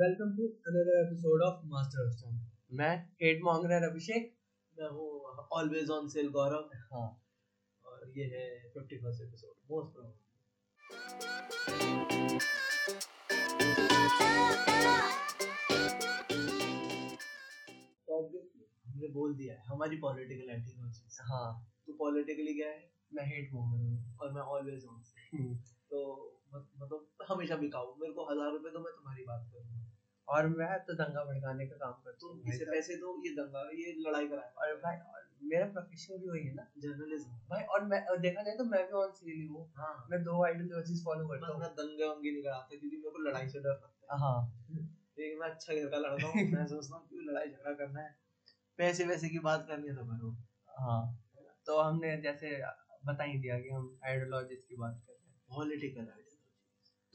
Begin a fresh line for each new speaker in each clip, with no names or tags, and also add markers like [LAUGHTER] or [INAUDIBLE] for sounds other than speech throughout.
Welcome to another episode of master of some
मैं एड मांगरर अभिषेक
मैं हूँ uh, always on sale Gaurav
हाँ
और ये है 51st एपिसोड मोस्ट प्रोबेबली तो obviously हमने बोल दिया है हमारी पॉलिटिकल एटीट्यूड
हाँ
तो पॉलिटिकली क्या है
मैं हेट मांगर
और मैं ऑलवेज ऑन सेल
हूँ
तो मत- मतलब हमेशा बिकाऊ मेरे को हजार रुपए तो मैं तुम्हारी बात करूंगा
और मैं तो दंगा भड़काने का काम करता
तुम
हूँ
तो इसे
भाई
पैसे दो ये दंगा ये लड़ाई
साहब। और
कराए
भाई और मेरा प्रोफेशन भी वही है ना
जर्नलिज्म
भाई और मैं और देखा जाए तो मैं भी ऑन सीरियली हूँ
हाँ
मैं तो- दो आइडियोलॉजीज फॉलो
मैं
करता
अपना
हूँ
दंगे वंगे नहीं कराता क्योंकि मेरे को लड़ाई से डर लगता
हाँ
है लेकिन मैं अच्छा घर का लड़का
[LAUGHS]
हूँ मैं सोचता हूँ क्यों लड़ाई झगड़ा करना है पैसे वैसे की बात करनी है तो करो
हाँ तो हमने जैसे बता ही दिया कि हम आइडियोलॉजीज की बात कर रहे हैं
पॉलिटिकल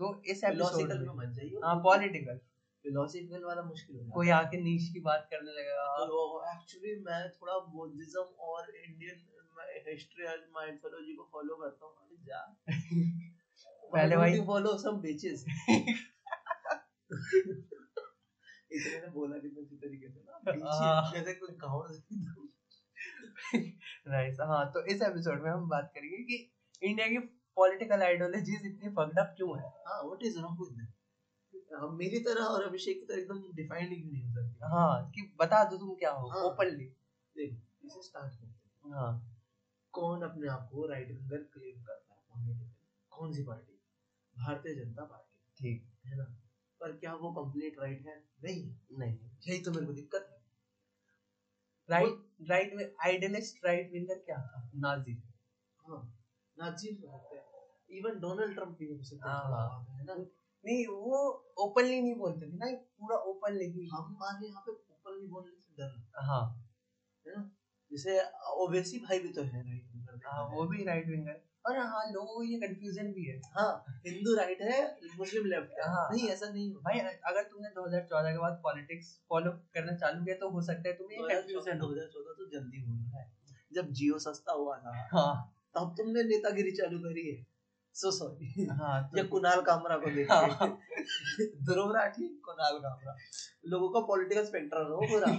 तो इस एपिसोड
फिलोसफिकल में
में
मत जाइए
हाँ पॉलिटिकल
फिलोसफिकल वाला मुश्किल हो
कोई आके नीच की बात करने लगेगा
एक्चुअली मैं थोड़ा बुद्धिज्म और इंडियन हिस्ट्री और माइथोलॉजी को फॉलो करता हूँ अरे जा [LAUGHS]
पहले भाई-
फॉलो सम [LAUGHS] बिचेस इसने ने बोला कितने अच्छे तरीके से ना
हाँ।
bitches, जैसे कोई हाँ, गाँव
राइट हाँ तो इस एपिसोड में हम बात करेंगे कि इंडिया की पॉलिटिकल आइडियोलॉजीज इतनी फक्ड अप क्यों है
हाँ व्हाट इज रॉन्ग विद हम हाँ, मेरी तरह और अभिषेक की तरह एकदम डिफाइंड ही नहीं हो सकते
हाँ कि बता दो तुम क्या
हाँ।
हो ओपनली
देखो इसे स्टार्ट करते हैं
हाँ
कौन अपने आप को राइट विंगर क्लेम करता है पॉलिटिकल कौन सी पार्टी भारतीय जनता पार्टी
ठीक
है ना पर क्या वो कंप्लीट राइट है नहीं है।
नहीं
यही तो मेरे को दिक्कत है
राइट राइट में आइडियलिस्ट राइट विंगर क्या था नाजी
हाँ नाजीब हो सकते हैं इवन डोनाल्ड ट्रम्प भी हमसे
हाँ,
कंपेयर
हाँ।
होता है ना
नहीं वो ओपनली नहीं बोलते थे ना पूरा ओपनली ही
हमारे यहाँ पे ओपनली बोलने से डर लगता
हाँ
है। जैसे ओवैसी भाई भी तो है राइट
हाँ वो भी राइट विंगर और हाँ लोगों को ये कंफ्यूजन भी है
हाँ हिंदू राइट है मुस्लिम लेफ्ट है
हाँ।
नहीं ऐसा नहीं होता
भाई अगर तुमने 2014 के बाद पॉलिटिक्स फॉलो करना चालू किया तो हो सकता है तुम्हें ये कंफ्यूजन हो
2014 तो जल्दी हो रहा है जब जियो सस्ता हुआ था
हाँ
तब तुमने नेतागिरी चालू करी है सो
[LAUGHS]
सॉरी
हाँ
या
तो-
कुणाल कामरा को देख
हाँ।
के। ध्रुव राठी कुणाल कामरा लोगों का पॉलिटिकल स्पेक्ट्रम है वो
[LAUGHS]
पूरा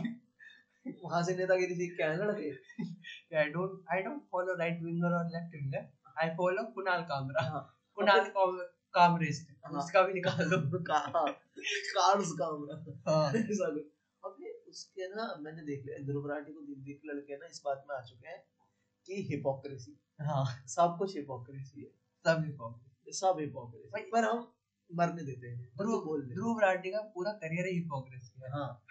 वहां से नेतागिरी सीख के आए ना लड़के तो
I don't I don't follow right winger or left winger. I follow Kunal Kamra.
हाँ।
Kunal Kam- Kamrist.
हाँ।
उसका भी निकाल दो
कहा कार्स हाँ। कामरा [LAUGHS]
हाँ
ऐसा कुछ। अबे उसके ना मैंने देख लिया ध्रुव राठी को देख देख के लड़के ना इस बात में आ चुके हैं कि हिपोक्रेसी
हाँ
सब कुछ हिपोक्रेसी है
सब हिपोक्रेसी
सब हिपोक्रेसी
भाई-
पर हम मरने देते हैं पर वो बोल देते
ध्रुव राठी का पूरा करियर ही हिपोक्रेसी है
हैं हाँ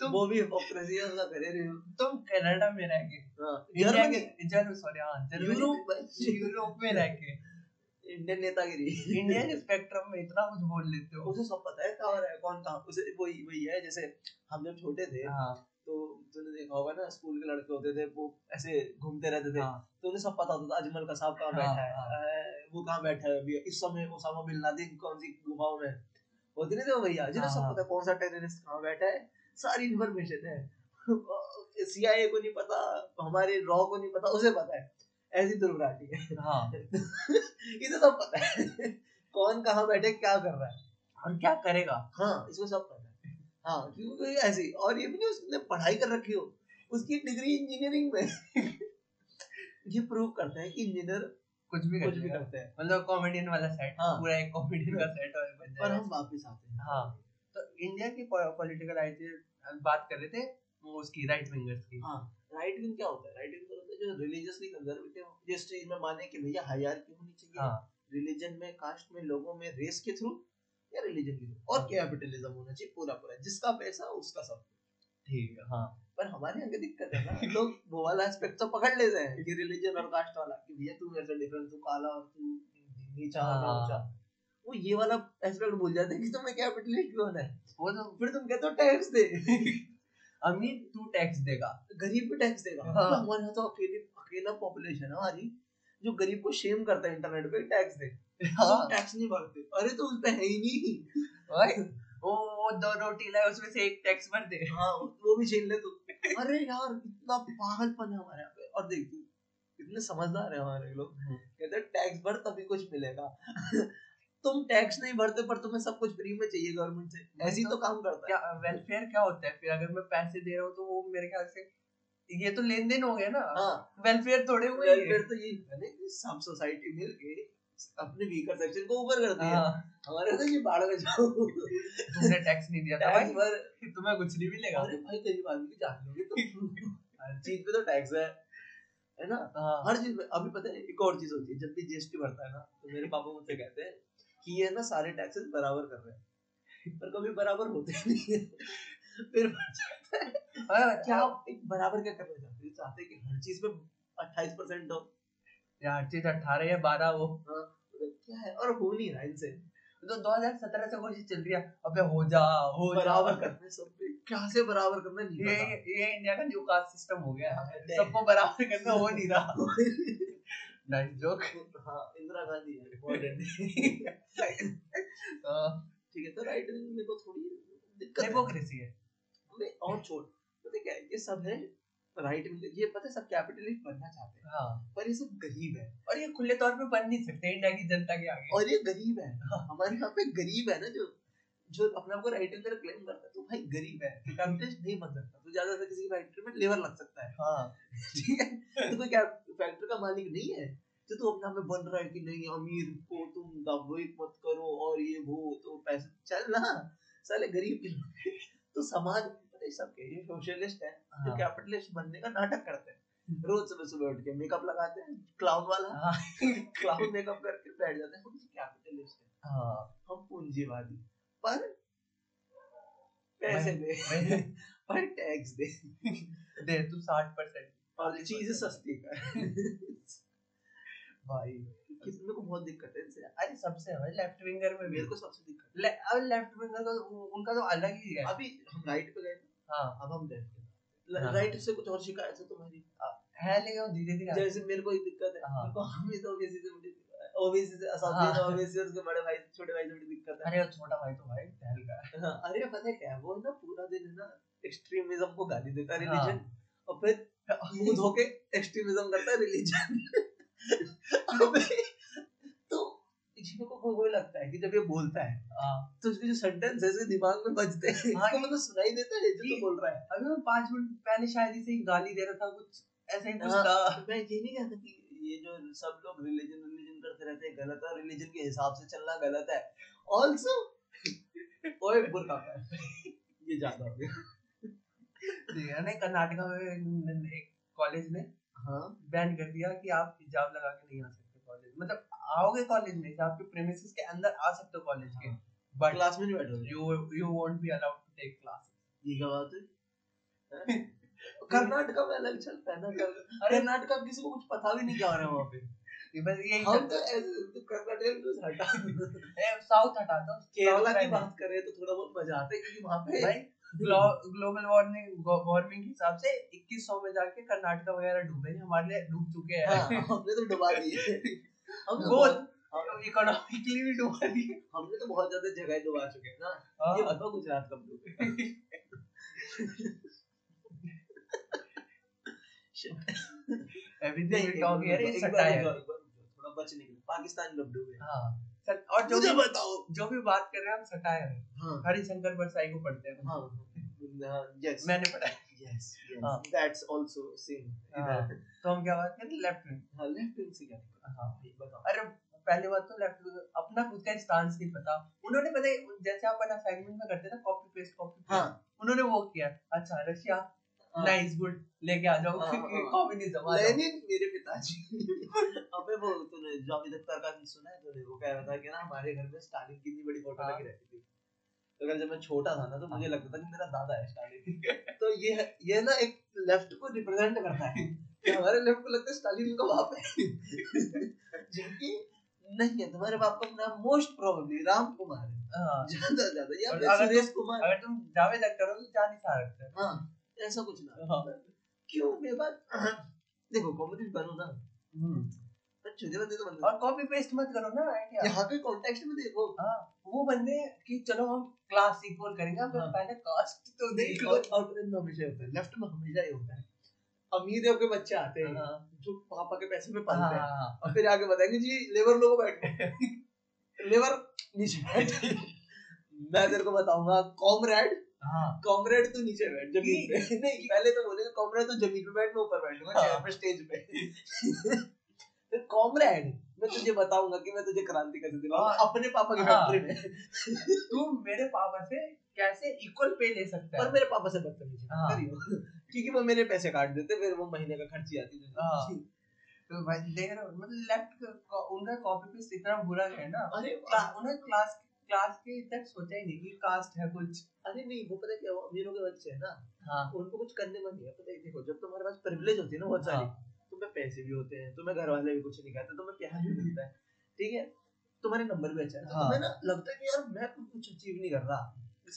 तुम-
वो भी हिपोक्रेसी है उसका करियर है
तुम कनाडा में रह के
हाँ
इंडिया
जर्मनी
के जर्मनी सॉरी हाँ जर्मनी
यूरोप
[LAUGHS] यूरोप में रह के
इंडियन नेतागिरी
इंडिया के स्पेक्ट्रम में इतना कुछ बोल लेते हो
[LAUGHS] उसे सब पता है कहाँ रहा है कौन कहाँ उसे वही वही है जैसे हम जब छोटे थे
हाँ
तो तूने देखा होगा ना स्कूल के लड़के होते थे वो ऐसे घूमते रहते थे
हाँ
तो उन्हें सब पता होता था अजमल का साहब कहाँ
हाँ,
बैठा है
हाँ।
अ, वो कहाँ बैठा है अभी इस समय ओसामा बिन लादेन कौन सी गुफाओं में है। होते नहीं थे वो भैया जिन्हें सब
हाँ।
पता है कौन सा टेररिस्ट कहाँ बैठा है सारी इन्फॉर्मेशन [LAUGHS] है सीआईए को नहीं पता हमारे रॉ को नहीं पता उसे पता है ऐसी दुर्घटना है
हाँ
[LAUGHS] इसे सब पता है कौन कहाँ बैठे क्या कर रहा है
और क्या करेगा
हाँ इसको सब पता है हाँ क्योंकि ऐसी और ये भी नहीं उसने पढ़ाई कर रखी हो उसकी डिग्री इंजीनियरिंग में ये प्रूव करता है कि इंजीनियर
कुछ भी
कुछ भी
करेगा
करते हैं
मतलब कॉमेडियन वाला सेट
हाँ।
पूरा एक कॉमेडियन का सेट और बन
पर
जाएगा
हम वापस आते हैं
हाँ तो इंडिया की पॉलिटिकल आइडियल बात कर रहे थे वो उसकी राइट विंगर्स की
हाँ राइट विंग क्या होता है राइट विंग होता है जो रिलीजियसली कंजर्वेटिव जिस चीज में माने कि भैया हायरार्की होनी चाहिए
हाँ
रिलीजन में कास्ट में लोगों में रेस के थ्रू या रिलीजन के थ्रू और
हाँ।
कैपिटलिज्म होना चाहिए पूरा पूरा जिसका पैसा उसका सब
ठीक है हाँ
पर हमारे यहाँ की दिक्कत है ना लोग वो वाला एस्पेक्ट तो पकड़ लेते हैं कि रिलीजन और कास्ट वाला कि भैया तू मेरे से डिफरेंट तू काला और तू नीचा और मैं
हाँ।
ऊंचा वो ये वाला एस्पेक्ट भूल जाते हैं कि तुम्हें कैपिटलिस्ट भी होना है
वो तो
फिर तुम कहते हो टैक्स दे [LAUGHS]
अमीर तू टैक्स देगा
गरीब पे टैक्स देगा
हाँ।
मतलब हमारे यहाँ तो अकेले अकेला पॉपुलेशन है हमारी जो गरीब को शेम करता है इंटरनेट पे टैक्स दे
हाँ।
तुम टैक्स नहीं भरते अरे तो उस पे है ही नहीं
भाई वो वो दो रोटी लाए उसमें से एक टैक्स भर दे
हाँ वो भी छीन ले तू अरे यार इतना पागलपन है हमारे यहाँ पे और देख तू हाँ। कितने समझदार है हमारे लोग कहते हैं टैक्स भर तभी कुछ मिलेगा [LAUGHS] तुम टैक्स नहीं भरते पर तुम्हें सब कुछ फ्री में चाहिए गवर्नमेंट से
नहीं
ऐसी
तो-
तो काम करता है
क्या वेलफेयर क्या होता है फिर अगर मैं पैसे दे रहा हूँ तो वो मेरे ख्याल से ये तो लेन देन हो गया ना
हाँ
वेलफेयर थोड़े हुए ये।
वेलफेयर तो यही है ना कि सब सोसाइटी मिलके अपने वीकर सेक्शन को ऊपर करती है
हाँ,
हमारे तो ये बाढ़ में जाओ
[LAUGHS] तुमने टैक्स नहीं दिया था
टैक्स
भाई
पर
तुम्हें कुछ नहीं मिलेगा
अरे भाई गरीब आदमी की जान लोगे
[LAUGHS]
तुम
हर चीज-
चीज पे तो टैक्स है है ना
हाँ
हर चीज पे अभी पता है एक और चीज होती है जब भी जीएसटी बढ़ता है ना तो मेरे पापा मुझसे कहते हैं कि ये ना सारे टैक्सेस बराबर कर रहे हैं पर कभी बराबर होते [LAUGHS] ही नहीं है फिर बढ़ जाता है
हाँ,
क्या
क्या
आप एक बराबर क्या करना चाहते हैं चाहते हैं कि हर चीज पे 28 परसेंट हो
यार चीज अठारह या बारह वो
मतलब क्या है और हो नहीं रहा इनसे
तो 2017 से कोशिश चल रही है अबे हो जा हो जा।
बराबर करना है सब पे क्या से बराबर करना है,
ये
नहीं
ये इंडिया का न्यू कास्ट सिस्टम हो गया है।
पता
सबको बराबर करना हो नहीं रहा नाइस जोक
हाँ इंदिरा गांधी है important। ठीक है तो राइट मेरे को थोड़ी दिक्कत है।
डेमोक्रेसी है
नहीं, तो और छोड़ पता है क्या है? ये सब है राइट ये पता है सब कैपिटलिस्ट बनना चाहते हैं
हाँ
पर ये सब गरीब है
और ये खुले तौर पे बन नहीं सकते इंडिया की जनता के आगे
और ये गरीब है हमारे यहाँ पे गरीब है ना जो जो अपने आप को राइट विंगर क्लेम करता है तो भाई गरीब है कैपिटलिस्ट नहीं बन सकता तो ज्यादा से किसी फैक्ट्री में लेबर लग सकता है
हाँ
ठीक है तो कोई क्या फैक्ट्री का मालिक नहीं है जो तू अपने आप में बन रहा है कि नहीं अमीर को तुम दावोइत मत करो और ये वो तो पैसे चल ना साले गरीब के लोग। तो समाज पता है सब के ये सोशलिस्ट है जो
हाँ। हम्म।
कैपिटलिस्ट बनने का नाटक करते हैं रोज सुबह सुबह उठ के मेकअप लगाते हैं क्लाउन वाला
हाँ।
क्लाउन मेकअप करके बैठ जाते हैं हम कैपिटलिस्ट हैं
हाँ
हम पूंजीवादी पर पैसे दे
मैं-
पर टैक्स दे
दे तू 60%
और चीजें सस्ती कर
भाई
कितने को बहुत दिक्कत है इनसे
अरे सबसे भाई लेफ्ट विंगर में भी
मेरे को सबसे दिक्कत
ले, अब लेफ्ट विंगर का उनका तो अलग ही है
है। अभी हम राइट पे गए ना,
हाँ
अब हम लेफ्ट पे
हाँ।
राइट से कुछ और शिकायत है तुम्हारी
है लेकिन वो धीरे धीरे
जैसे मेरे को एक दिक्कत है
हाँ।
मेरे को हमेशा ओबीसी से बड़ी ओबीसी से
हाँ।
असली ओबीसी से उसके बड़े भाई छोटे भाई से बड़ी दिक्कत है
अरे वो छोटा भाई तो भाई टहल का है।
हाँ, अरे पता है क्या है वो ना पूरा दिन है ना एक्सट्रीमिज्म को गाली देता है
हाँ।
रिलीजन और फिर मुंह धो के एक्सट्रीमिज्म करता है [LAUGHS] रिलीजन अबे तो इसमें को को- को लगता है कि जब ये बोलता है
हाँ
तो उसके जो सेंटेंस है इसके दिमाग में बजते हैं
हाँ,
इसको मतलब सुनाई देता है जो
ये-
तो बोल रहा है
अभी मैं पांच मिनट पहले शायद इसे ही गाली दे रहा था कुछ ऐसे ही कुछ
हाँ।
था
मैं ये नहीं कहता कि ये जो सब लोग रिलीजन रिलीजन करते रहते हैं गलत है और रिलीजन के हिसाब से चलना गलत है ऑल्सो ओए बुरका पहन। ये ज्यादा हो गया
नहीं कर्नाटका में एक कॉलेज ने
हाँ
बैन कर दिया कि आप हिजाब लगा के नहीं आ सकते कॉलेज मतलब आओगे कॉलेज में हिजाब के प्रेमिसेस के अंदर आ सकते हो कॉलेज के
हाँ।
बट
क्लास में नहीं बैठोगे
you you won't be allowed to take classes
ये क्या बात है
[LAUGHS]
हैं? कर्नाटका में अलग चलता है ना कर-
अरे
कर्नाटका में किसी को कुछ पता भी नहीं क्या हो रहा है वहाँ पे
ये बस यही
हम
चलता
तो ऐसे तो कर्नाटका में तो हटा
है साउथ हटाता हूँ
केरला की बात करें तो थोड़ा बहुत मजा आता है क्योंकि वहाँ पे
भाई ग्लोबल वार्मिंग वार्मिंग के हिसाब से 2100 में जाके कर्नाटका वगैरह डूबे हैं, हमारे लिए डूब चुके
हाँ,
हैं [LAUGHS]
हमने तो डुबा दिए हम तो
वो
बहुत-
इकोनॉमिकली भी डूबा दिए
हमने तो बहुत ज्यादा जगह डुबा चुके हैं ना ये
हाँ,
बताओ गुजरात कब डूबे
everything we talk here is
एक बार- एक
satire.
बार- एक बार रुको, थोड़ा बचने के लिए पाकिस्तान कब डूबे
हाँ, सर, और जो
मुझे
भी
बताओ
जो भी बात कर रहे हैं हम सटायर है
हाँ
हरिशंकर परसाई को पढ़ते हैं
हाँ यस
मैंने पढ़ा है।
यस
हाँ।
दैट्स आल्सो सेम
हाँ, तो हम क्या बात करें लेफ्ट विंग
लेफ्ट विंग से क्या दिक्कत है?
हाँ।
भाई बताओ
अरे पहली बात तो लेफ्ट विंग अपना खुद का स्टांस नहीं पता उन्होंने पता है, जैसे आप असाइनमेंट में करते थे कॉपी पेस्ट कॉपी
हाँ
उन्होंने वो किया अच्छा रशिया
हाँ।
नाइस गुड लेके आ जाओ
हाँ, हाँ, हाँ।
कम्युनिज्म आ जाओ
लेनिन मेरे पिताजी अबे वो तूने जावेद अख्तर का सुना है तो तूने वो कह रहा था कि ना हमारे घर में स्टालिन की इतनी बड़ी फोटो
हाँ।
लगी रहती थी तो अगर जब मैं छोटा था ना तो मुझे लगता था कि मेरा दादा है स्टालिन तो ये है- ये ना एक लेफ्ट को रिप्रेजेंट करता है [LAUGHS] कि हमारे लेफ्ट को लगता है स्टालिन का बाप है जबकि नहीं है तुम्हारे बाप का नाम मोस्ट प्रोबेबली राम कुमार है
हाँ,
ज्यादा से ज्यादा या
और
फिर
अगर-
सुरेश कुमार
अगर तुम जावेद अख्तर हो तो जान ही सारा अख्तर
हाँ ऐसा कुछ ना
हाँ।
क्यों मेरे बात हाँ। देखो कॉमेडी बनो ना हम्म। पर छोटे बंदे तो बंदे
और कॉपी पेस्ट मत करो ना idea।
यहाँ पे कॉन्टेक्स्ट में देखो
हाँ वो बंदे कि चलो हम क्लास इक्वल करेंगे पर
हाँ।
पहले कास्ट तो देख लो
और आउट में हमेशा ही होता है लेफ्ट में हमेशा ही होता है अमीर के बच्चे आते हैं
हाँ,
जो पापा के पैसे में
हाँ,
पलते हैं
हाँ,
और फिर आगे बताएंगे जी लेबर लोगों बैठ गए [LAUGHS] लेबर नीचे बैठ मैं तेरे को बताऊंगा कॉमरेड
हाँ
कॉमरेड तू नीचे बैठ जमीन पे नहीं पहले तो बोलेगा कॉमरेड तो जमीन पे बैठ मैं ऊपर बैठूंगा
हाँ।
चेयर पे स्टेज पे तो कॉमरेड मैं तुझे बताऊंगा कि मैं तुझे क्रांति कैसे दिलाऊंगा
हाँ।
अपने पापा की
हाँ।
फैक्ट्री में
तू मेरे पापा से कैसे इक्वल पे ले सकता
पर
है
मेरे पापा से बदतमीजी मत
हाँ।
करियो क्योंकि वो मेरे पैसे काट देते फिर वो महीने का खर्च ही आती
हाँ।
है
तो भाई देख रहे हो मतलब लेफ्ट उनका कॉपी पेस्ट इतना बुरा है ना
अरे वाह।
क्ला- उन्हें क्लास क्लास के तक सोचा ही नहीं कि कास्ट है कुछ
अरे नहीं वो पता है क्या हुआ? अमीरों के बच्चे हैं ना
हाँ
उनको कुछ करने मन नहीं है पता है देखो जब तुम्हारे पास प्रिविलेज होती है ना बहुत सारी
हाँ।
तुम्हें पैसे भी होते हैं तुम्हें घर वाले भी कुछ नहीं कहते तुम्हें प्यार भी मिलता है ठीक है तुम्हारे नंबर भी अच्छा है तो
हाँ।
तुम्हें ना लगता है कि यार मैं कुछ- कुछ अचीव नहीं कर रहा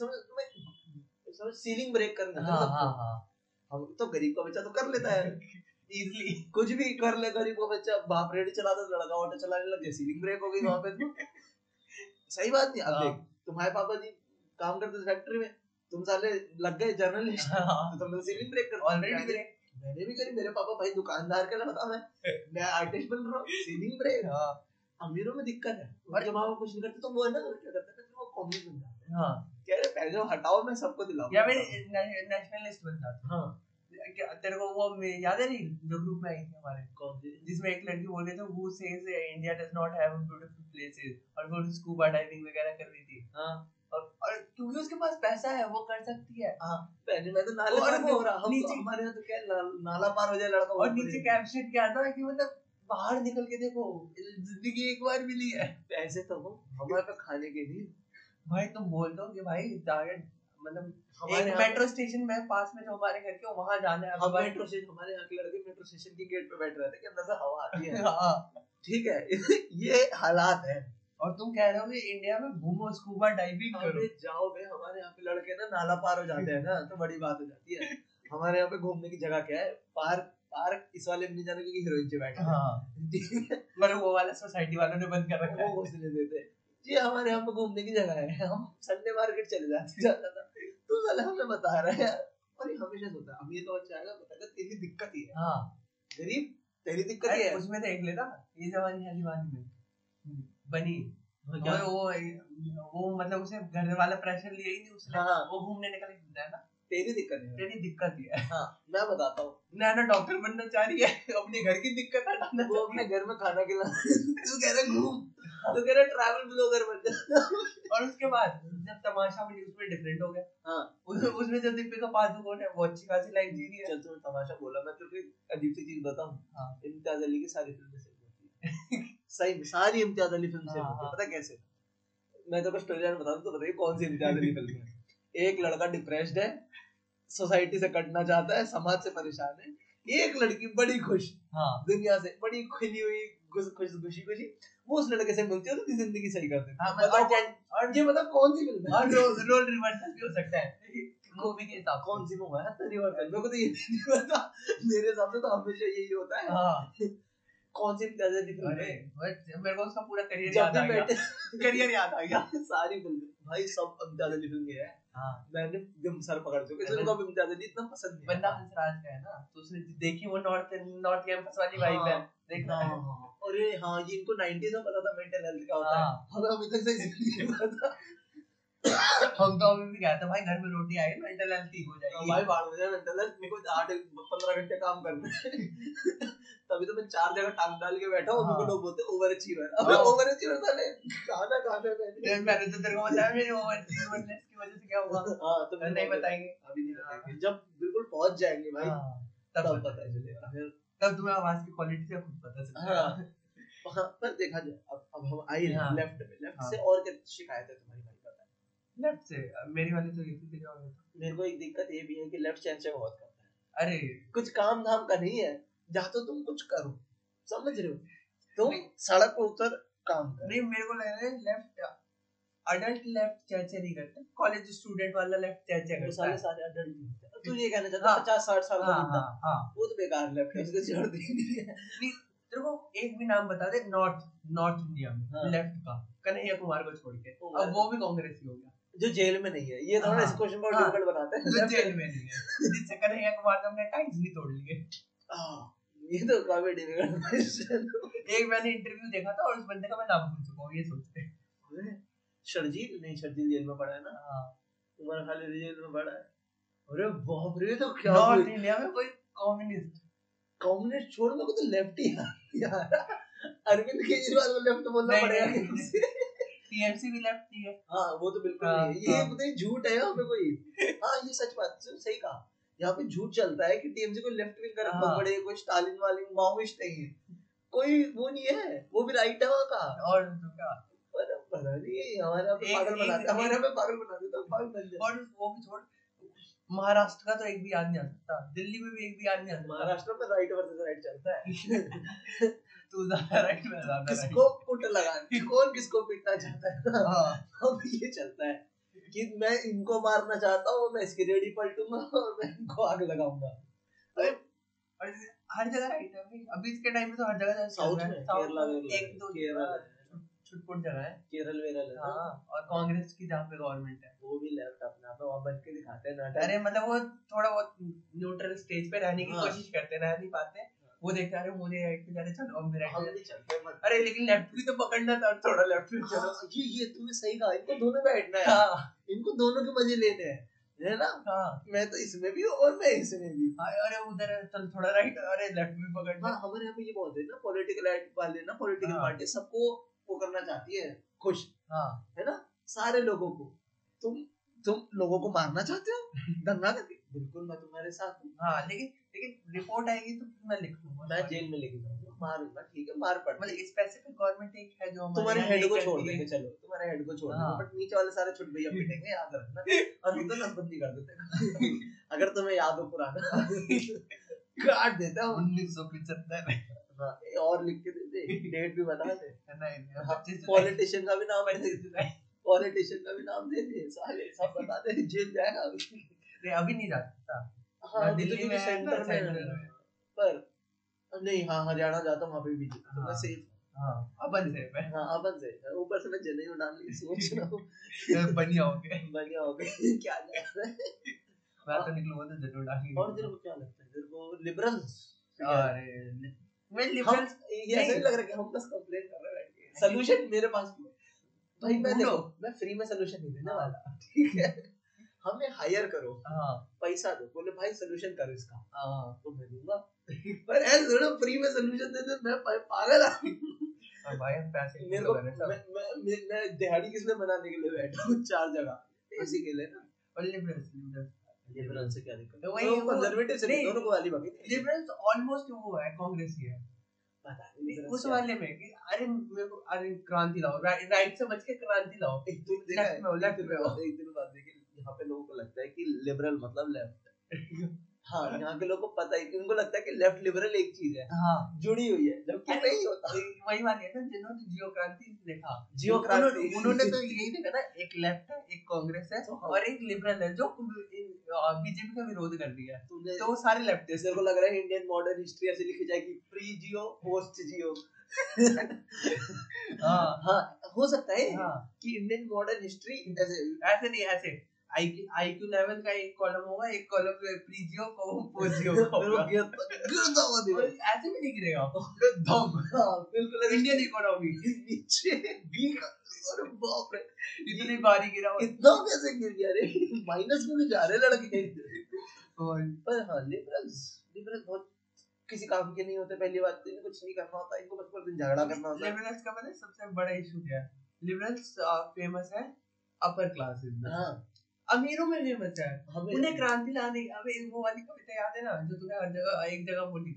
समझ तुम्हें समझ सीलिंग ब्रेक करना
हाँ
है
हाँ
सबको
हाँ
हम तो गरीब का बच्चा तो कर लेता है इजीली कुछ भी कर ले गरीब का बच्चा बाप रेडी चलाता तो लड़का ऑटो चलाने लग गया सीलिंग ब्रेक हो गई वहां पे तो। सही बात नहीं अब
हाँ।
देख तुम्हारे पापा जी काम करते फैक्ट्री में तुम साले लग गए जर्नलिस्ट
[LAUGHS] हाँ
तो तुम सीलिंग ब्रेक कर
ऑलरेडी ब्रेक
मैंने भी करी मेरे पापा भाई दुकानदार का लड़का मैं मैं आर्टिस्ट बन रहा हूँ सीलिंग ब्रेक
हाँ
अमीरों में दिक्कत है और जब माँ कुछ नहीं करते तो वो है ना क्या करते हैं फिर वो कॉमेडी बन जाते
हाँ
हैं कह रहे पैसे हटाओ मैं सबको दिलाऊं
या फिर ने- नेशनलिस्ट बन जाता
हाँ
क्या- तेरे को वो मे- याद है नहीं जो ग्रुप में आई थी हमारे
कौन सी
जिसमें एक लड़की बोल रही थी who says India does not have beautiful places और वो स्कूबा डाइविंग वगैरह कर रही थी
हाँ
और और क्योंकि उसके पास पैसा है वो कर सकती है
पहले मैं तो नाले
और
पार नहीं
वो
हो रहा हम तो
नीचे-
हमारे यहाँ तो क्या ना- नाला पार हो जाए लड़का
और
वहाँ
नीचे
पर
कैप्शन क्या था कि मतलब बाहर निकल के देखो जिंदगी एक बार मिली है
पैसे तो हो हमारे पे खाने के भी
भाई तुम बोल दो कि भाई टारगेट मतलब
हमारे
एक
यहाँ-
मेट्रो स्टेशन में पास में जो हमारे घर के वहां जाना है
हम
भाई। [LAUGHS]
मेट्रो स्टेशन हमारे यहाँ के लड़के मेट्रो स्टेशन के गेट पे बैठ रहे थे कि अंदर से हवा आती है
[LAUGHS] हाँ
ठीक है ये हालात है
और तुम कह रहे हो कि इंडिया में घूमो स्कूबा डाइविंग करो
अरे जाओ बे हमारे यहाँ पे लड़के ना नाला पार हो जाते हैं ना तो बड़ी बात हो जाती है हमारे यहाँ पे घूमने की जगह क्या है पार्क पार्क इस वाले में नहीं जाने क्योंकि हीरोइन से बैठे हैं।
हाँ
ठीक है
पर वो वाला सोसाइटी वालों ने बंद कर रखा
वो घोसले देते हैं। ये हमारे यहाँ पे घूमने की जगह है हम संडे मार्केट चले जाते जाता था तो साला हमें बता रहा है यार। और ये हमेशा सोता है अमीर का बच्चा आएगा बताएगा तेरी दिक्कत ही है
है हाँ
गरीब तेरी दिक्कत ही
अरे
है
उसमें देख लेना ये जवानी है दीवानी में बनी
क्या?
और वो वो मतलब उसे घर वाला प्रेशर लिया ही नहीं उसने
हाँ।
वो घूमने निकल के घूमता है ना
तेरी दिक्कत है
तेरी दिक्कत ही है
हाँ मैं बताता
[LAUGHS]
हूँ
ना ना डॉक्टर बनना चाह रही है अपने घर की दिक्कत हटाना
वो अपने घर में खाना खिला [LAUGHS] तू कह रहा है घूम तू कह रहा ट्रैवल ब्लॉगर बन जा
और उसके बाद जब तमाशा बनी उसमें डिफरेंट हो गया
हाँ
उस, उसमें जो दीपिका पादुकोण है वो अच्छी खासी लाइफ जी रही है
चल तूने तमाशा बोला मैं तेरे को एक अजीब सी चीज बताऊं
हाँ।
इम्तियाज अली की सारी फिल्में सेम होती हैं। [LAUGHS] सही में सारी इम्तियाज अली फिल्म सेम
हाँ,
होती है
हाँ।
पता है कैसे मैं तेरे को स्टोरी लाइन बताऊं तो बताइए कौन सी इम्तियाज अली फिल्म है [LAUGHS] एक लड़का डिप्रेस्ड है सोसाइटी से कटना चाहता है समाज से परेशान है एक लड़की बड़ी खुश
हाँ
दुनिया से बड़ी खुली हुई खुश खुश खुशी खुशी वो उस लड़के से मिलती है और उसकी जिंदगी सही कर देती
हाँ,
है
मतलब
बताओ
और जै-
कौन- और ये बताओ कौन सी फिल्म
और
है
रोल रोल रिवर्सल भी हो सकता है मूवी के हिसाब
कौन सी मूवी है तेरी और मेरे को तो ये [LAUGHS] नहीं पता मेरे हिसाब से तो हमेशा यही होता है
से हाँ
कौन सी इम्तियाज अली फिल्म
अरे
है
बस मेरे को उसका पूरा करियर
जब
याद आ
भी
गया
बैठे
करियर याद आ गया
[LAUGHS] सारी फिल्में भाई सब इम्तियाज अली फिल्म है
हाँ
मैंने एकदम सर पकड़ चुके
मैंने-
इसलिए को इम्तियाज अली इतना पसंद नहीं
बंदा हंसराज का है ना तो उसने देखी वो नॉर्थ नॉर्थ कैंपस वाली
हाँ।
वाइब है देखना है
अरे हाँ ये इनको 90s में पता था मेंटल हेल्थ क्या होता है
हाँ।
हमें अभी तक से [LAUGHS] इसलिए नहीं पता
हम तो अभी भी गया था भाई घर में रोटी आई मेंटल हेल्थ ठीक हो जाएगी
हाँ, भाई बाढ़ हो जाए मेंटल हेल्थ मेरे को आठ पंद्रह घंटे काम करना है [LAUGHS] तभी तो मैं चार जगह टांग डाल के बैठा हूँ मेरे को
हाँ।
लोग बोलते ओवर अचीवर
हाँ।
अबे ओवर अचीवर साले खाना खाना मैंने [LAUGHS]
फिर मैंने तो तेरे को बताया मेरी ओवरसीज वननेस की वजह से क्या हुआ
हाँ तो
मैं नहीं बताएंगे
अभी नहीं बताएंगे जब बिल्कुल पहुंच जाएंगे भाई
हाँ,
तब
तब
पता चलेगा फिर
तब तुम्हें आवाज की क्वालिटी से खुद पता चलेगा
हाँ। वहाँ पर देखा जाए अब अब हम आई
हाँ।
लेफ्ट पे लेफ्ट
हाँ।
से और क्या शिकायत है तुम्हारी भाई पता है
लेफ्ट से मेरी वाली तो ये थी तेरी वाली तो-
मेरे को एक दिक्कत ये भी है कि लेफ्ट चैन से बहुत करता है
अरे
कुछ काम धाम का नहीं है या तो तुम कुछ करो समझ रहे हो तुम सड़क पर उतर काम करो
नहीं मेरे को लग रहा है लेफ्ट अडल्ट लेफ्ट चर्चा नहीं करते कॉलेज स्टूडेंट वाला लेफ्ट चर्चा
वो
करता
सारे
है
सारे अडल्ट होते हैं तू ये कहना चाहता
हाँ।
है पचास साठ साल का
हाँ
बंदा
हाँ हाँ
वो तो बेकार लेफ्ट है उसको छोड़ देनी है
तेरे को एक भी नाम बता दे नॉर्थ नॉर्थ इंडिया में
हाँ।
लेफ्ट का कन्हैया कुमार को छोड़ के
कुमार
अब वो भी कांग्रेस ही हो गया
जो जेल में नहीं है ये थोड़ा
हाँ।
इस क्वेश्चन को
हाँ।
डिफिकल्ट बनाते हैं
जो
Left-
जेल में नहीं है जिससे कन्हैया कुमार ने अपने टाइम्स नहीं तोड़ लिए
हाँ, ये तो काफी डिफिकल्ट क्वेश्चन
एक मैंने इंटरव्यू देखा था और उस बंदे का मैं नाम भूल चुका हूँ ये सोचते
है शर्जील नहीं शर्जील जेल में पड़ा है ना
हाँ।
उमर खालिद जेल में पड़ा है अरे बाप रे ये तो क्या
नॉर्थ इंडिया में कोई कम्युनिस्ट
कॉम्युनिस्ट छोड़ मेरे को तो लेफ्ट ही यार यार अरविंद केजरीवाल को लेफ्ट बोलना
नहीं,
पड़ेगा
नहीं,
कि-
टीएमसी भी लेफ्ट ही है
हाँ वो तो बिल्कुल
हाँ,
नहीं है ये
हाँ।
पता नहीं झूठ है यहाँ पे कोई हाँ ये सच बात है, सही कहा यहाँ पे झूठ चलता है कि टीएमसी को लेफ्ट विंग का रखना
हाँ।
पड़े कोई स्टालिन वाली माओइस्ट नहीं है कोई वो नहीं है वो भी राइट है वहाँ का
और तो क्या
पर पता नहीं ये हमारे यहाँ पे
एक-
पागल
एक-
बना
एक-
हमारे यहाँ पे पागल बना देता पागल बन जाता
और वो भी छोड़ महाराष्ट्र का तो एक भी याद नहीं आ सकता दिल्ली में भी एक भी याद नहीं आ सकता
महाराष्ट्र में राइट वर्सेस राइट
[LAUGHS]
चलता है
तू ज्यादा राइट में ज्यादा right।
किसको पुट लगाने कौन किसको पीटना चाहता है
हाँ
अब ये चलता है कि मैं इनको मारना चाहता हूँ मैं इसके रेडी पलटूंगा और मैं इनको आग लगाऊंगा
और जैसे हर जगह राइट है भाई। अभी इसके टाइम में तो हर जगह
साउथ में केरला केरला
एक दो
केरला
जगह छुटपुट जगह है
केरल वेरल है ना,
हाँ और कांग्रेस की जहाँ पे गवर्नमेंट है
वो भी लैपटॉप अपने आप में वहाँ बच के दिखाते हैं नाटक
अरे मतलब वो थोड़ा बहुत न्यूट्रल स्टेज पे रहने की
हाँ।
कोशिश करते हैं, रह नहीं पाते वो देखते हैं, अरे मुझे राइट पे जा रहे चलो हम भी राइट
हम
पे जा
भी चलते हैं
रहे। अरे लेकिन लेफ्ट भी तो पकड़ना था थोड़ा लेफ्ट में
मत-
चलो
हाँ, ये ये तुमने सही कहा इनको दोनों बैठना है
हाँ
इनको दोनों के मजे लेने हैं है ना
हाँ
मैं तो इसमें भी हूँ और मैं इसमें भी हूँ।
हाँ, अरे उधर है, चल थोड़ा राइट अरे लेफ्ट भी पकड़
हाँ
ले
हमारे यहाँ पे ये बहुत है ना पॉलिटिकल वाले ना पॉलिटिकल
हाँ।
पार्टी सबको वो करना चाहती है खुश
हाँ
है ना सारे लोगों को तुम तुम लोगों को मारना
[LAUGHS]
चाहते हो दंगा करके बिल्कुल मैं तुम्हारे साथ हूँ
हाँ लेकिन लेकिन रिपोर्ट आएगी तो मैं लिख लूंगा
मैं जेल में लेके जाऊंगा मारूंगा ठीक है मार पड़
मतलब स्पेसिफिक गवर्नमेंट एक है जो हमारे
तुम्हारे
यहाँ
हेड
नहीं
को
करती
छोड़
है।
देंगे चलो तुम्हारे हेड को छोड़
हाँ।
देंगे बट नीचे वाले सारे छुट भैया पिटेंगे याद रखना और हम तो नसबंदी कर
[LAUGHS]
देते हैं। अगर तुम्हें याद हो पुराना काट देता हूँ
उन्नीस सौ पिछहत्तर
हाँ, और लिख के दे दे डेट भी बता दे हाँ,
नहीं
पॉलिटिशियन का भी नाम दे दे पॉलिटिशियन का भी नाम दे दे साले सब बता दे जेल जाएगा
अभी नहीं जा सकता
हाँ
या
अभी तो
दिल्ली
क्योंकि
में है
सेंटर
ना,
में
सेंटर
है।
में।
पर नहीं हाँ हरियाणा जाता वहां पे भी जीता तो मैं
हाँ।
सेफ
हाँ अपन से मैं
हाँ अपन से ऊपर से मैं चेन्नई में डाल ली सोच रहा हूँ
मैं बनी आओगे
बढ़िया हो गई क्या जा रहा है
मैं तो निकलूंगा तो जरूर डालेंगे
और तेरे को क्या लगता है तेरे को लिबरल्स
अरे मैं
हाँ, हम
लिबरल
ये ऐसा
नहीं।
नहीं लग रहा कि हम बस कंप्लेन कर रहे हैं सोल्यूशन मेरे पास भी है। भाई मैं
ढूंढो।
देखो मैं फ्री में सोल्यूशन नहीं देने
हाँ।
वाला ठीक है हमें हायर करो
हाँ
पैसा दो बोले भाई सोल्यूशन करो इसका
हाँ
तो मैं दूंगा पर ऐसे थोड़ा फ्री में सोल्यूशन दे दे मैं पा- पागल आदमी हूँ।
और भाई हम पैसे
मेरे को मैं मैं मैं- मैं दिहाड़ी किसने बनाने के लिए बैठा हूँ चार जगह इसी के लिए ना
और लिबरल्स लिबरल्स
लिबरल से क्या दिक्कत
तो वही वो-
कंजर्वेटिव से
नहीं।
दोनों को वाली बाकी
लिबरल्स ऑलमोस्ट वो है कांग्रेस ही है
पता नहीं liberals
उस
क्या है।
वाले में कि अरे मेरे को अरे क्रांति लाओ रा- राइट से बच के क्रांति लाओ
एक दिन देखा है
Left में हो,
एक
left
दिन
में हो।
बाद- एक दिन बाद देखिए यहाँ पे लोगों को लगता है कि लिबरल मतलब लेफ्ट हाँ यहाँ के लोगों को पता ही उनको लगता है कि लेफ्ट लिबरल एक चीज है
हाँ
जुड़ी हुई है जबकि
अरे- तो
नहीं होता
वही वाली है ना जिन्होंने जियो क्रांति देखा
जियो क्रांति।
उन्होंने- उन्होंने तो यही देखा ना एक लेफ्ट है एक कांग्रेस है
तो हाँ।
और एक लिबरल है जो बीजेपी का विरोध कर दिया है
तुमने
तो वो सारे लेफ्ट है
जैसे तेरे को लग रहा है इंडियन मॉडर्न हिस्ट्री ऐसे लिखी जाएगी प्री जियो पोस्ट जियो
हाँ
हाँ हो सकता है
हाँ
कि इंडियन मॉडर्न हिस्ट्री ऐसे
ऐसे नहीं ऐसे आईक्यू लेवल का एक कॉलम होगा एक कॉलम प्री जियो को पोस्ट जियो का
[LAUGHS]
होगा
गिरता गिरता हुआ
और
दिखाई-
ऐसे भी नहीं गिरेगा दम
हाँ, तो- बिल्कुल ऐसे
इंडियन इकोनॉमी
नीचे भी का- अरे बाप रे
[LAUGHS] इतनी बारी गिरा और-
इतना कैसे गिर गया रे माइनस में भी जा रहे लड़के
और
पर हाँ लिबरल्स लिबरल्स बहुत किसी काम के नहीं होते पहली बात तो इन्हें कुछ नहीं करना होता इनको बस पूरे दिन झगड़ा करना होता है
लिबरल्स का पता है सबसे बड़ा इशू क्या है uh, लिबरल्स फेमस है अपर क्लासेस में
हाँ
अमीरों में फेमस है
हमें
उन्हें क्रांति लाने अबे वो वाली कविता याद है ना जो तुमने हर जगह uh, एक जगह बोली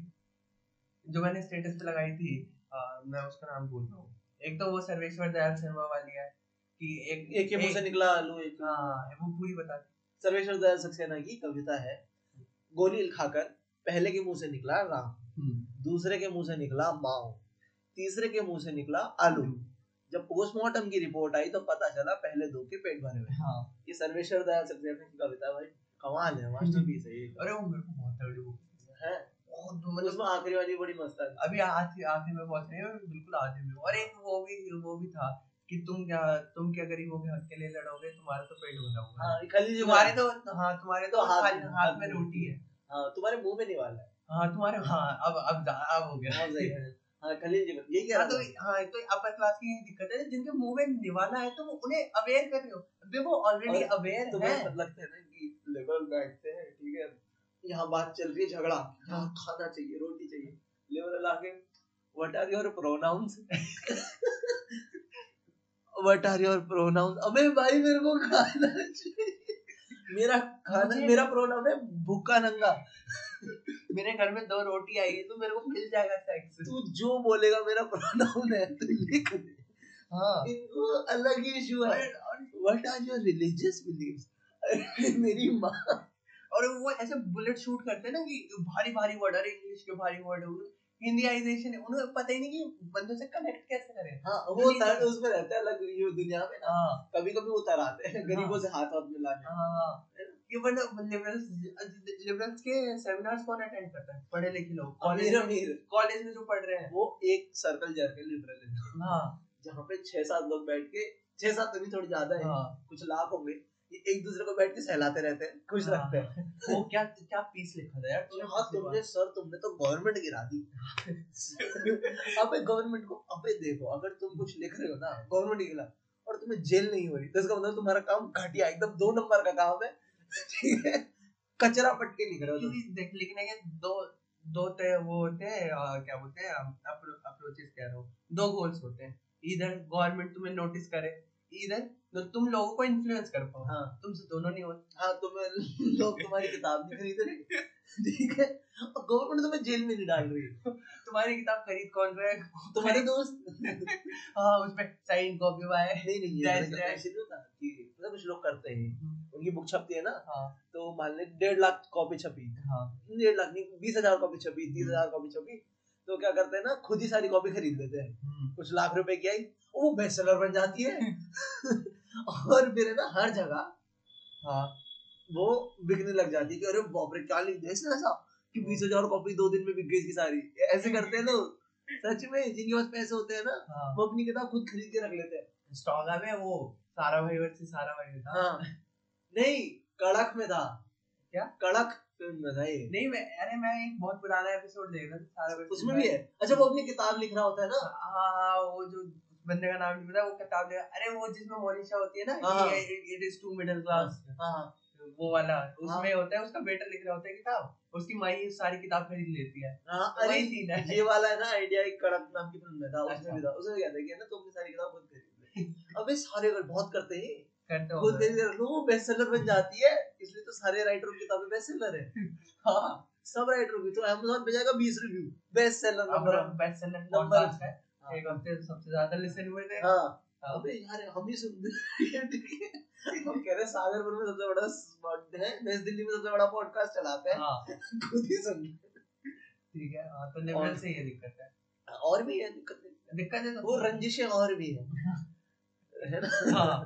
जो मैंने स्टेटस पे लगाई थी आ, मैं उसका नाम भूल रहा हूँ एक तो वो सर्वेश्वर दयाल शर्मा वाली है कि एक
एक के मुंह से निकला आलू एक
हाँ वो पूरी बताती
सर्वेश्वर दयाल सक्सेना की कविता है गोली खाकर पहले के मुंह से निकला राम
हम्म।
दूसरे के मुंह से निकला माओ तीसरे के मुंह से निकला आलू
हम्म।
जब पोस्टमार्टम की रिपोर्ट आई तो पता चला पहले दो के पेट भरे हुए हैं।
हाँ
ये सर्वेश्वर दयाल सक्सेना की कविता भाई कमाल है मास्टरपीस है ये
अरे वो मेरे को बहुत तगड़ी बुक
है
बहुत मतलब
उसमें आखिरी वाली बड़ी मस्त है
अभी आखिर आखिर में पहुंच रहे हैं बिल्कुल आधे में और एक वो भी वो भी था कि तुम क्या तुम क्या गरीबों के हक के लिए लड़ोगे तुम्हारा तो पेट भरा हुआ है
हाँ खाली
तुम्हारे तो हाँ तुम्हारे तो
तो हाथ-
हाथ हाथ में
हाथ में
रोटी है
हाँ तुम्हारे मुंह में निवाला है
हाँ तुम्हारे हाँ अब अब जा- अब हो गया
हाँ, सही है। हाँ खलील जी को- यही
[LAUGHS]
कह
हाँ
रहा
तो
था
हाँ तो अपर क्लास की यही दिक्कत है जिनके मुंह में निवाला है तो वो उन्हें अवेयर कर रहे हो अबे वो ऑलरेडी
और
अवेयर मतलब है
तुम्हें लगता है ना कि लेबर बैठते हैं ठीक है यहाँ बात चल रही है झगड़ा
हाँ।
यहाँ खाना चाहिए रोटी चाहिए लेबर लाके what are your [LAUGHS] pronounce what are your pronouns अबे भाई मेरे को खाना चाहिए मेरा खाना
मुझे-
मेरा प्रोनाउन है भूखा नंगा
मेरे घर में दो रोटी आई है तो मेरे को मिल जाएगा सेक्स
तू जो बोलेगा मेरा प्रोनाउन है तू लिख दे
हाँ
इनको अलग ही इशू है what are your religious beliefs मेरी माँ
और वो ऐसे बुलेट शूट करते हैं ना कि भारी भारी वर्ड अरे इंग्लिश के भारी वर्ड हिंदीआइजेशन है उन्हें पता ही नहीं कि बंदों से कनेक्ट कैसे करें
हाँ वो
दुनिया-
थर्ड उसमें रहता है अलग ये दुनिया में ना
हाँ
कभी कभी उतर आते हैं गरीबों
हाँ।
से हाथ हाथ मिलाने
हाँ ये वरना लिबरल्स लिबरल्स के सेमिनार्स कौन अटेंड करता है पढ़े लिखे लोग
अमीर
कॉलेज में
अमीर
कॉलेज में जो पढ़ रहे हैं
वो एक सर्कल जाके लिबरल
हाँ
जहाँ पे छह सात लोग बैठ के छह सात तो नहीं थोड़ी ज्यादा है
हाँ
कुछ लाख होंगे ये एक दूसरे को बैठ के सहलाते रहते हैं खुश
हाँ।
रखते हैं
वो क्या क्या पीस लिखा था यार तुमने
हाँ
पिछली
तुमने सर तुमने तो गवर्नमेंट गिरा
[LAUGHS]
दी अबे गवर्नमेंट को अबे देखो अगर तुम कुछ लिख रहे हो ना गवर्नमेंट के खिलाफ और तुम्हें जेल नहीं हो रही तो इसका मतलब तुम्हारा काम घटिया है, एकदम दो नंबर का काम है ठीक है कचरा पट के लिख रहे
बार।
हो तुम।
क्योंकि तो देख लेकिन ये दो दो तय वो होते हैं आ, क्या बोलते हैं अप्रोचेस कह रहा हूँ दो गोल्स होते हैं इधर गवर्नमेंट तुम्हें नोटिस करे इधर तो तुम लोगों को इन्फ्लुएंस कर पाओ
हाँ
तुमसे दोनों नहीं होते
हाँ तुम्हें लोग तुम्हारी किताब नहीं खरीद रहे ठीक है और गवर्नमेंट तुम्हें जेल में नहीं डाल रही
[LAUGHS] [LAUGHS] तुम्हारी किताब खरीद कौन रहा है [LAUGHS]
तुम्हारे दोस्त नहीं
हाँ उसमें साइन कॉपी बाय
नहीं ये
Dash,
मैंने कहा,
dash.
ऐसे नहीं होता कि मतलब कुछ लोग करते हैं
हाँ
उनकी बुक छपती है ना तो मान ले डेढ़ लाख कॉपी छपी
हाँ
डेढ़ लाख नहीं बीस हजार कॉपी छपी तीस हजार कॉपी छपी तो क्या करते हैं ना खुद ही सारी कॉपी खरीद लेते हैं
हम्म,
कुछ लाख रुपए की आई वो बेस्टसेलर बन जाती है और फिर है ना हर जगह
हाँ
वो बिकने लग जाती है कि अरे बाप रे क्या लिख दिया इसने ऐसा कि बीस हजार कॉपी दो दिन में बिक गई इसकी सारी ऐसे करते हैं लोग सच में जिनके पास पैसे होते हैं ना
हाँ
वो अपनी किताब खुद खरीद के रख लेते हैं
स्टॉगा में वो सारा भाई वर्सेस सारा भाई था
हाँ नहीं कड़क में था
क्या?
कड़क फिल्म में था ये
नहीं मैं अरे मैं एक बहुत पुराना एपिसोड देख रहा था सारा versus
उसमें
सारा।
भी है अच्छा वो अपनी किताब लिख रहा होता है ना
हाँ हाँ, वो जो बंदे का नाम नहीं पता वो किताब ले अरे वो जिसमें मोनिशा होती है ना
हाँ।
It is too middle class
हाँ
वो वाला उसमें होता है उसका बेटा लिख रहा होता है किताब उसकी माई सारी किताब खरीद लेती है
हाँ
वही
अरे
सीन है
ये वाला है ना आइडिया एक कड़क नाम की फिल्म में था उसमें
अच्छा।
भी था उसमें क्या था कि है ना तुम अपनी सारी किताब खुद खरीद लो। अबे सारे अगर बहुत करते हैं
करते हो
खुद खरीद कर लो वो bestseller बन जाती है इसलिए तो सारे राइटरों की किताबें bestseller है
[LAUGHS] हाँ
सब राइटरों की तो Amazon पे जाएगा 20 रिव्यू बेस्ट सेलर नंबर
हमारा बेस्ट सेलर
नंबर-
पॉडकास्ट है
हाँ।
एक हफ्ते सबसे ज्यादा लिसन हुए थे
हाँ
हाँ।
अबे यार हम ही सुन [LAUGHS] हम कह रहे हैं सागरपुर में सबसे बड़ा spot है वेस्ट दिल्ली में सबसे बड़ा पॉडकास्ट चलाते हैं
हाँ
खुद ही सुन रहे
ठीक है हाँ तो लेवल
और-
से ये दिक्कत है
हैं। और भी है दिक्कत नहीं।
दिक्कत है तो-
वो रंजिशें और भी है है ना
हाँ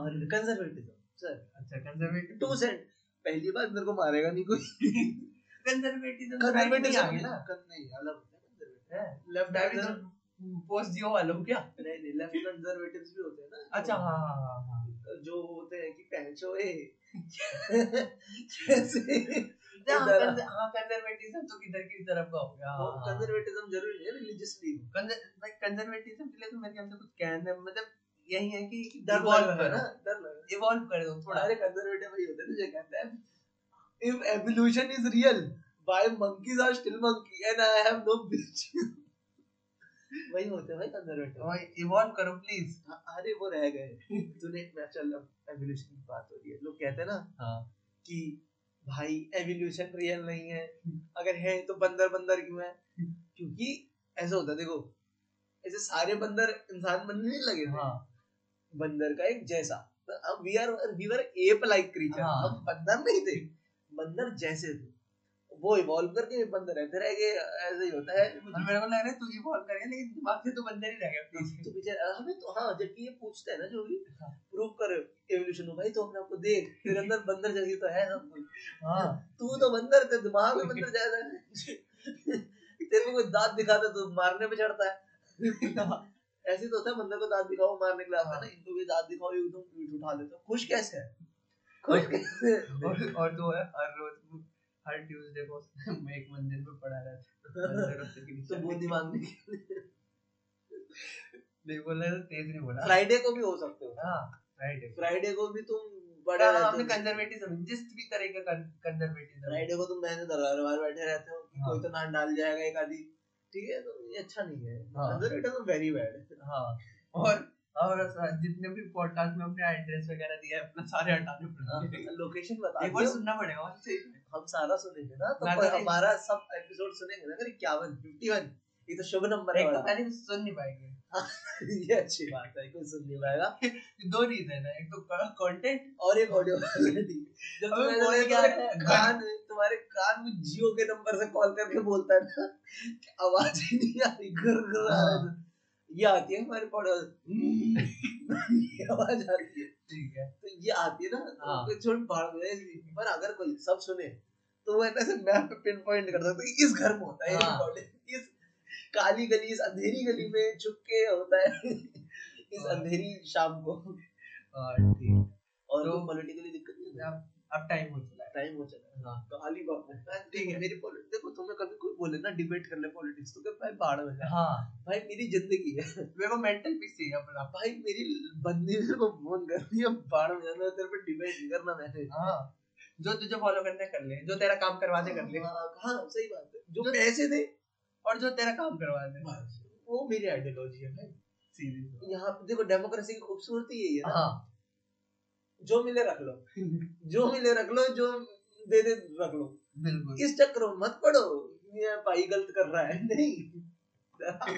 और कंजर्वेटिज्म सर
अच्छा कंजर्वेटिव
टू सेंट पहली बात मेरे को मारेगा नहीं कोई
कंजर्वेटिव
कंजर्वेटिव
आ गया ना
नहीं अलग होता है conservative।
है?
Left
मैं भी
conservative-
तो पोस्ट जियो वाला हूँ क्या
नहीं नहीं लेफ्ट कंजर्वेटिव्स भी होते हैं ना
अच्छा हाँ हाँ हाँ हाँ
जो होते हैं कि पहचो [LAUGHS] ए जैसे इधर-
हाँ कंजर्वेटिज्म तो किधर की तरफ का हो गया हाँ, हाँ।
कंजर्वेटिज्म जरूरी है रिलीजियसली
कंजर- भाई कंजर्वेटिज्म के लिए तो मेरे ख्याल से कुछ कहना है मतलब यही है कि
डर लग
इवॉल्व
रहा है
करो
ना डर लग रहा
इवॉल्व कर दो
है
थोड़ा
थोड़ा कंजर्वेटिव ही होते हैं जो कहते हैं if evolution is real why monkeys are still monkey and I have no बीच वही होते हैं भाई कंजर्वेटिव
इवॉल्व करो प्लीज
अरे वो रह गए तूने मैं चल एवोल्यूशन की बात हो रही है लोग कहते हैं ना
हाँ
कि भाई एवोल्यूशन रियल नहीं है
हम्म।
अगर है तो बंदर बंदर क्यों है क्योंकि ऐसा होता है देखो ऐसे सारे बंदर इंसान बनने नहीं लगे थे।
हाँ
बंदर का एक जैसा तो हम we are we were ape like creature
हाँ। हम्म।
हम बंदर नहीं थे बंदर जैसे थे वो इवॉल्व करके बंदर रहते रह गए ऐसे ही होता है
और तो मेरे को लग रहा है तू इवॉल्व करेगा लेकिन दिमाग से तो बंदर ही रह गया
तो
प्लीज
बेचारा हमें तो हाँ जबकि ये पूछते हैं ना जो भी
हाँ।
प्रूव कर एवोल्यूशन हो भाई तो हमने आपको देख
[LAUGHS]
तेरे अंदर बंदर जैसी तो है सब कुछ
[LAUGHS] हाँ
तू तो बंदर तेरे दिमाग
[LAUGHS]
में बंदर ज्यादा है तेरे को कोई दांत दिखाता तो मारने पे चढ़ता है ऐसे तो होता है बंदर को दांत दिखाओ मारने के लिए आता है ना
हाँ।
इनको भी दांत दिखाओ
[LAUGHS]
ये एकदम पीठ उठा लेते हैं खुश कैसे है खुश कैसे है?
और और दो है हर रोज हर ट्यूसडे को [LAUGHS] मैं एक मंदिर में पढ़ा रहा [LAUGHS] था मंदिरों से की
तो
निशानी।
बूंदी
[LAUGHS]
मांगने के
नहीं बोला तो तेज नहीं बोला
फ्राइडे को भी हो सकते हो
हाँ फ्राइडे
फ्राइडे को भी तुम बड़े
हाँ,
रहते
हमने
हो
कंजर्वेटिज्म जिस भी तरह का कंजर्वेटिज्म
फ्राइडे को तुम बहने दरबार बार बैठे रहते हो कि
हाँ।
कोई तो नान डाल जाएगा एक आधी ठीक है तो ये अच्छा नहीं है तो
हाँ।
कंजर्वेटिव वेरी
[LAUGHS]
बैड
हाँ और और जितने भी पॉडकास्ट में हमने एड्रेस वगैरह दिया है अपना सारे हटाने पड़ेंगे
लोकेशन बता
एक बार
दो
सुनना पड़ेगा और सही में।
हम सारा सुनेंगे ना तो
ना
पर
तो-
हमारा सब एपिसोड सुनेंगे ना अगर 51 51 ये तो शुभ नंबर है
एक तो
बड़ा।
पहले सुन नहीं पाएंगे
[LAUGHS] ये अच्छी बात है कोई सुन नहीं [LAUGHS] पाएगा
दो रीजन है एक तो कंटेंट
और एक [LAUGHS] ऑडियो क्वालिटी जब
अबे बोल क्या [LAUGHS]
तुम्हें तुम्हारे
रहा है?
कान तुम्हारे कान में जियो के नंबर से कॉल करके बोलता है ना कि आवाज ही नहीं आ रही घर घर आ रहा है ये आती है हमारे पड़ोस ये आवाज आती है
ठीक है
तो ये आती है ना
हाँ।
तो छोड़ बाढ़ में ऐसी। पर अगर कोई सब सुने तो वो ऐसे मैप पे पिन पॉइंट कर सकते हैं कि तो इस घर में होता है ये
हाँ।
recording। इस काली गली इस अंधेरी गली में छुप के होता है इस
हाँ।
अंधेरी शाम को
और ठीक
और
तो-
पॉलिटिकली दिक्कत नहीं है
है। अब अब टाइम हो चला है
टाइम हो चला है।
हाँ
तो अली बाप ने कहा,
ठीक है।
मेरी पॉलिटिक्स देखो तुम्हें कभी कोई बोले ना डिबेट कर ले पॉलिटिक्स तो कह भाई बाढ़ में जा
हाँ
भाई मेरी जिंदगी है
मेरे को मेंटल पीस चाहिए अपना
भाई मेरी बंदी मेरे को फोन कर रही है बाढ़ में जाना है, तेरे पे डिबेट नहीं करना मैंने
हाँ जो तुझे फॉलो करना है कर ले जो तेरा काम करवा दे कर ले
हाँ हाँ, सही बात है जो पैसे दे
और जो तेरा काम करवा दे
बस, वो मेरी आइडियोलॉजी है भाई
सीरियस
यहाँ पे देखो डेमोक्रेसी की खूबसूरती यही है ना
हाँ
जो मिले रख लो जो मिले रख लो जो दे दे रख लो
बिल्कुल
इस चक्कर में मत पड़ो ये भाई गलत कर रहा है नहीं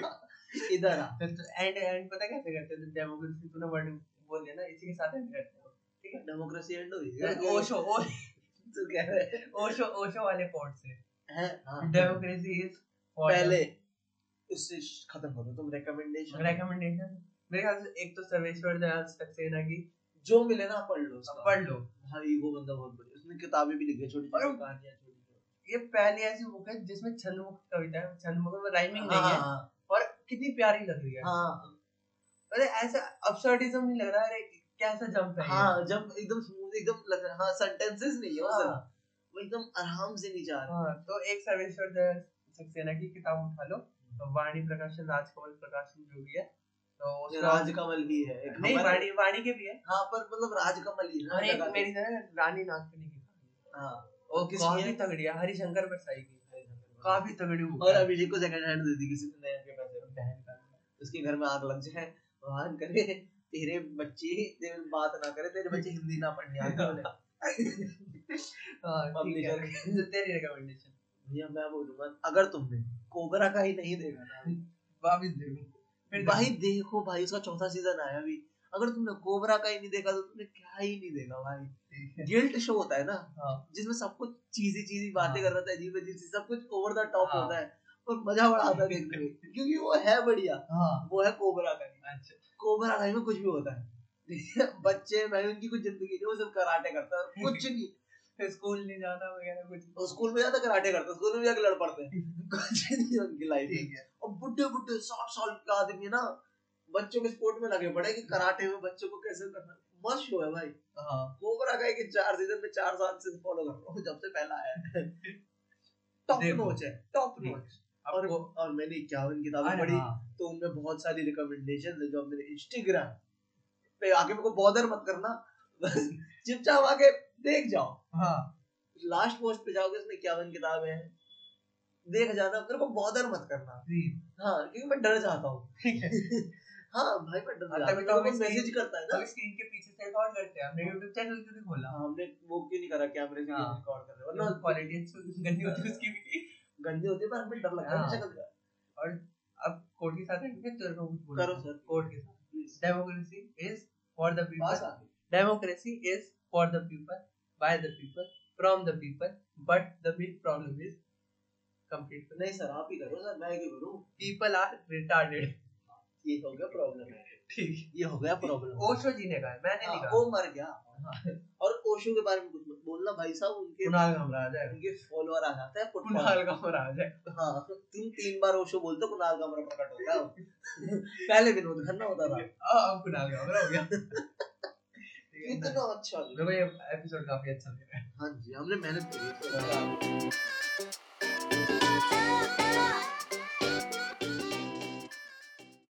इधर आ
एंड एंड तो पता कैसे करते हैं डेमोक्रेसी तूने वर्ड बोल दिया ना इसी के साथ end करते हैं
डेमोक्रेसी एंड हुई
यार, ओशो ओ-
तो कह रहे
ओशो ओशो वाले कोट से
हैं हाँ।
डेमोक्रेसी इज
पहले उससे खत्म करो तुम रिकमेंडेशन
रिकमेंडेशन मेरे ख्याल से एक तो सर्वेश्वर दयाल सक्सेना की
जो मिले ना पढ़ लो उसका।
पढ़ लो
भाई वो बंदा बहुत बढ़िया उसने किताबें भी लिखी है छोटी छोटी
और-
कहानियां छोटी छोटी
ये पहली ऐसी बुक है जिसमें छंदमुक्त कविता है छंदमुक्त में राइमिंग
हाँ,
नहीं है
हाँ,
और कितनी प्यारी लग रही है
हाँ
अरे ऐसा अब्सर्डिज्म नहीं लग रहा अरे कैसा जंप है ये?
हाँ जब एकदम स्मूथ एकदम लग रहा हाँ सेंटेंसेस नहीं है वो
हाँ,
सिर्फ वो एकदम आराम से नीचे आ रहा
हाँ, तो एक सर्वेश्वर दयाल सक्सेना की किताब उठा लो तो वाणी प्रकाशन राजकमल प्रकाशन जो भी है तो
है
उसका-
राजकमल भी है एक
नहीं
हमारे-
वाणी वाणी के भी है
हाँ पर मतलब राजकमल ही है ना
और एक
लगा के।
मेरी तरह रानी नागपुरी की कहानी है।
हाँ
वो
किसकी है?
काफी तगड़ी है हरिशंकर परसाई की काफी तगड़ी बुक
और
है।
अभिषेक को सेकंड हैंड दे दी किसी ने नया के पैसे में।
बहन का नाम।
उसके घर में आग लग जाए भगवान करे तेरे बच्चे तेरे बात ना करे तेरे बच्चे हिंदी ना पढ़ने
[LAUGHS]
आते उन्हें।
हाँ, ठीक है।
Publisher
तो तेरी recommendation।
भैया मैं बोलूंगा अगर तुमने कोबरा का ही नहीं देखा
[LAUGHS]
ना
वापिस ले लूं। फिर
भाई देखो भाई उसका चौथा सीजन आया अभी अगर तुमने कोबरा का ही नहीं देखा तो तुमने क्या ही नहीं देखा भाई
ठीक है।
गिल्ट शो होता है ना
हाँ,
जिसमें सब कुछ चीजी चीजी बातें
हाँ।
कर रहा था अजीब अजीब सी सब कुछ ओवर द टॉप
हाँ।
होता है और मजा बड़ा आता है देखने
[LAUGHS]
में क्योंकि वो है बढ़िया
हाँ,
वो है कोबरा का ही।
अच्छा।
कोबरा काई में कुछ भी होता है ठीक है? बच्चे भाई उनकी कुछ जिंदगी नहीं वो सिर्फ कराटे करता है कुछ नहीं
फिर स्कूल नहीं जाना वगैरह कुछ
वो स्कूल में जाता कराटे करता स्कूल में भी जाके लड़ पड़ते हैं कुछ नहीं उनकी लाइफ में
ठीक है
और बुड्ढे बुड्ढे साठ साल के आदमी है ना बच्चों के स्पोर्ट में लगे पड़े कि कराटे में बच्चों को कैसे करना है। मस्त शो है भाई
हाँ
कोबरा काई के चार सीजन में चार साल से फॉलो कर रहा हूँ जब से पहला आया
[LAUGHS]
है टॉप
देखो।
नोच है टॉप
ठीक
नोच और
आपको
और मैंने इक्यावन किताबें
अरे
पढ़ी
हाँ,
तो उनमें बहुत सारी रिकमेंडेशन है जो आप मेरे इंस्टाग्राम पे आके मेरे को बॉदर मत करना बस चुपचाप आके देख जाओ
हाँ
लास्ट पोस्ट पे जाओगे उसमें इक्यावन किताबें हैं देख जाना मेरे को बॉदर मत करना
जी
हाँ क्योंकि मैं डर जाता हूँ
ठीक है
हाँ भाई मैं डर
और तभी
जाता हूँ
तो
तो
हम
मैसेज
इसकी-
करता है ना
अब स्क्रीन के पीछे से रिकॉर्ड करते हैं हमने YouTube चैनल क्यों नहीं खोला
हाँ, हमने वो क्यों नहीं करा कैमरे से
हाँ।
रिकॉर्ड कर रहे हैं?
वरना
वरना
क्वालिटी गंदी होती है उसकी भी
गंदे होते हैं, पर हमें डर लगता है
हाँ।
शक्ल का।
अब कोर्ट के साथ एंड तेरे को कुछ बोलना
करो
है।
सर हाँ,
कोर्ट के साथ
please
democracy is for the people
पास आ
democracy is for the people by the people from the people but the big problem is complete
नहीं सर आप ही करो सर मैं क्या करूँ
पीपल आर रिटार्डेड
ये हो गया प्रॉब्लम
ठीक है।
ये हो गया प्रॉब्लम
ओशो जी ने कहा है, मैंने नहीं
हाँ,
कहा
वो मर गया और ओशो के बारे में कुछ मत बोलना भाई साहब उनके
हाँ। कुणाल घबरा जाए
उनके फॉलोअर आ जाते हैं कुणाल
कुणाल घबरा जाए
हाँ तुम तीन बार ओशो बोलते हो कुणाल का मरा प्रकट होता है [LAUGHS] पहले विनोद खन्ना होता
[LAUGHS]
था
अब कुणाल घबरा हो गया [LAUGHS] ठीक है,
इतना अच्छा
मेरे को ये एपिसोड काफी अच्छा लगा
हाँ जी हमने मेहनत करी है।
Ah, ah.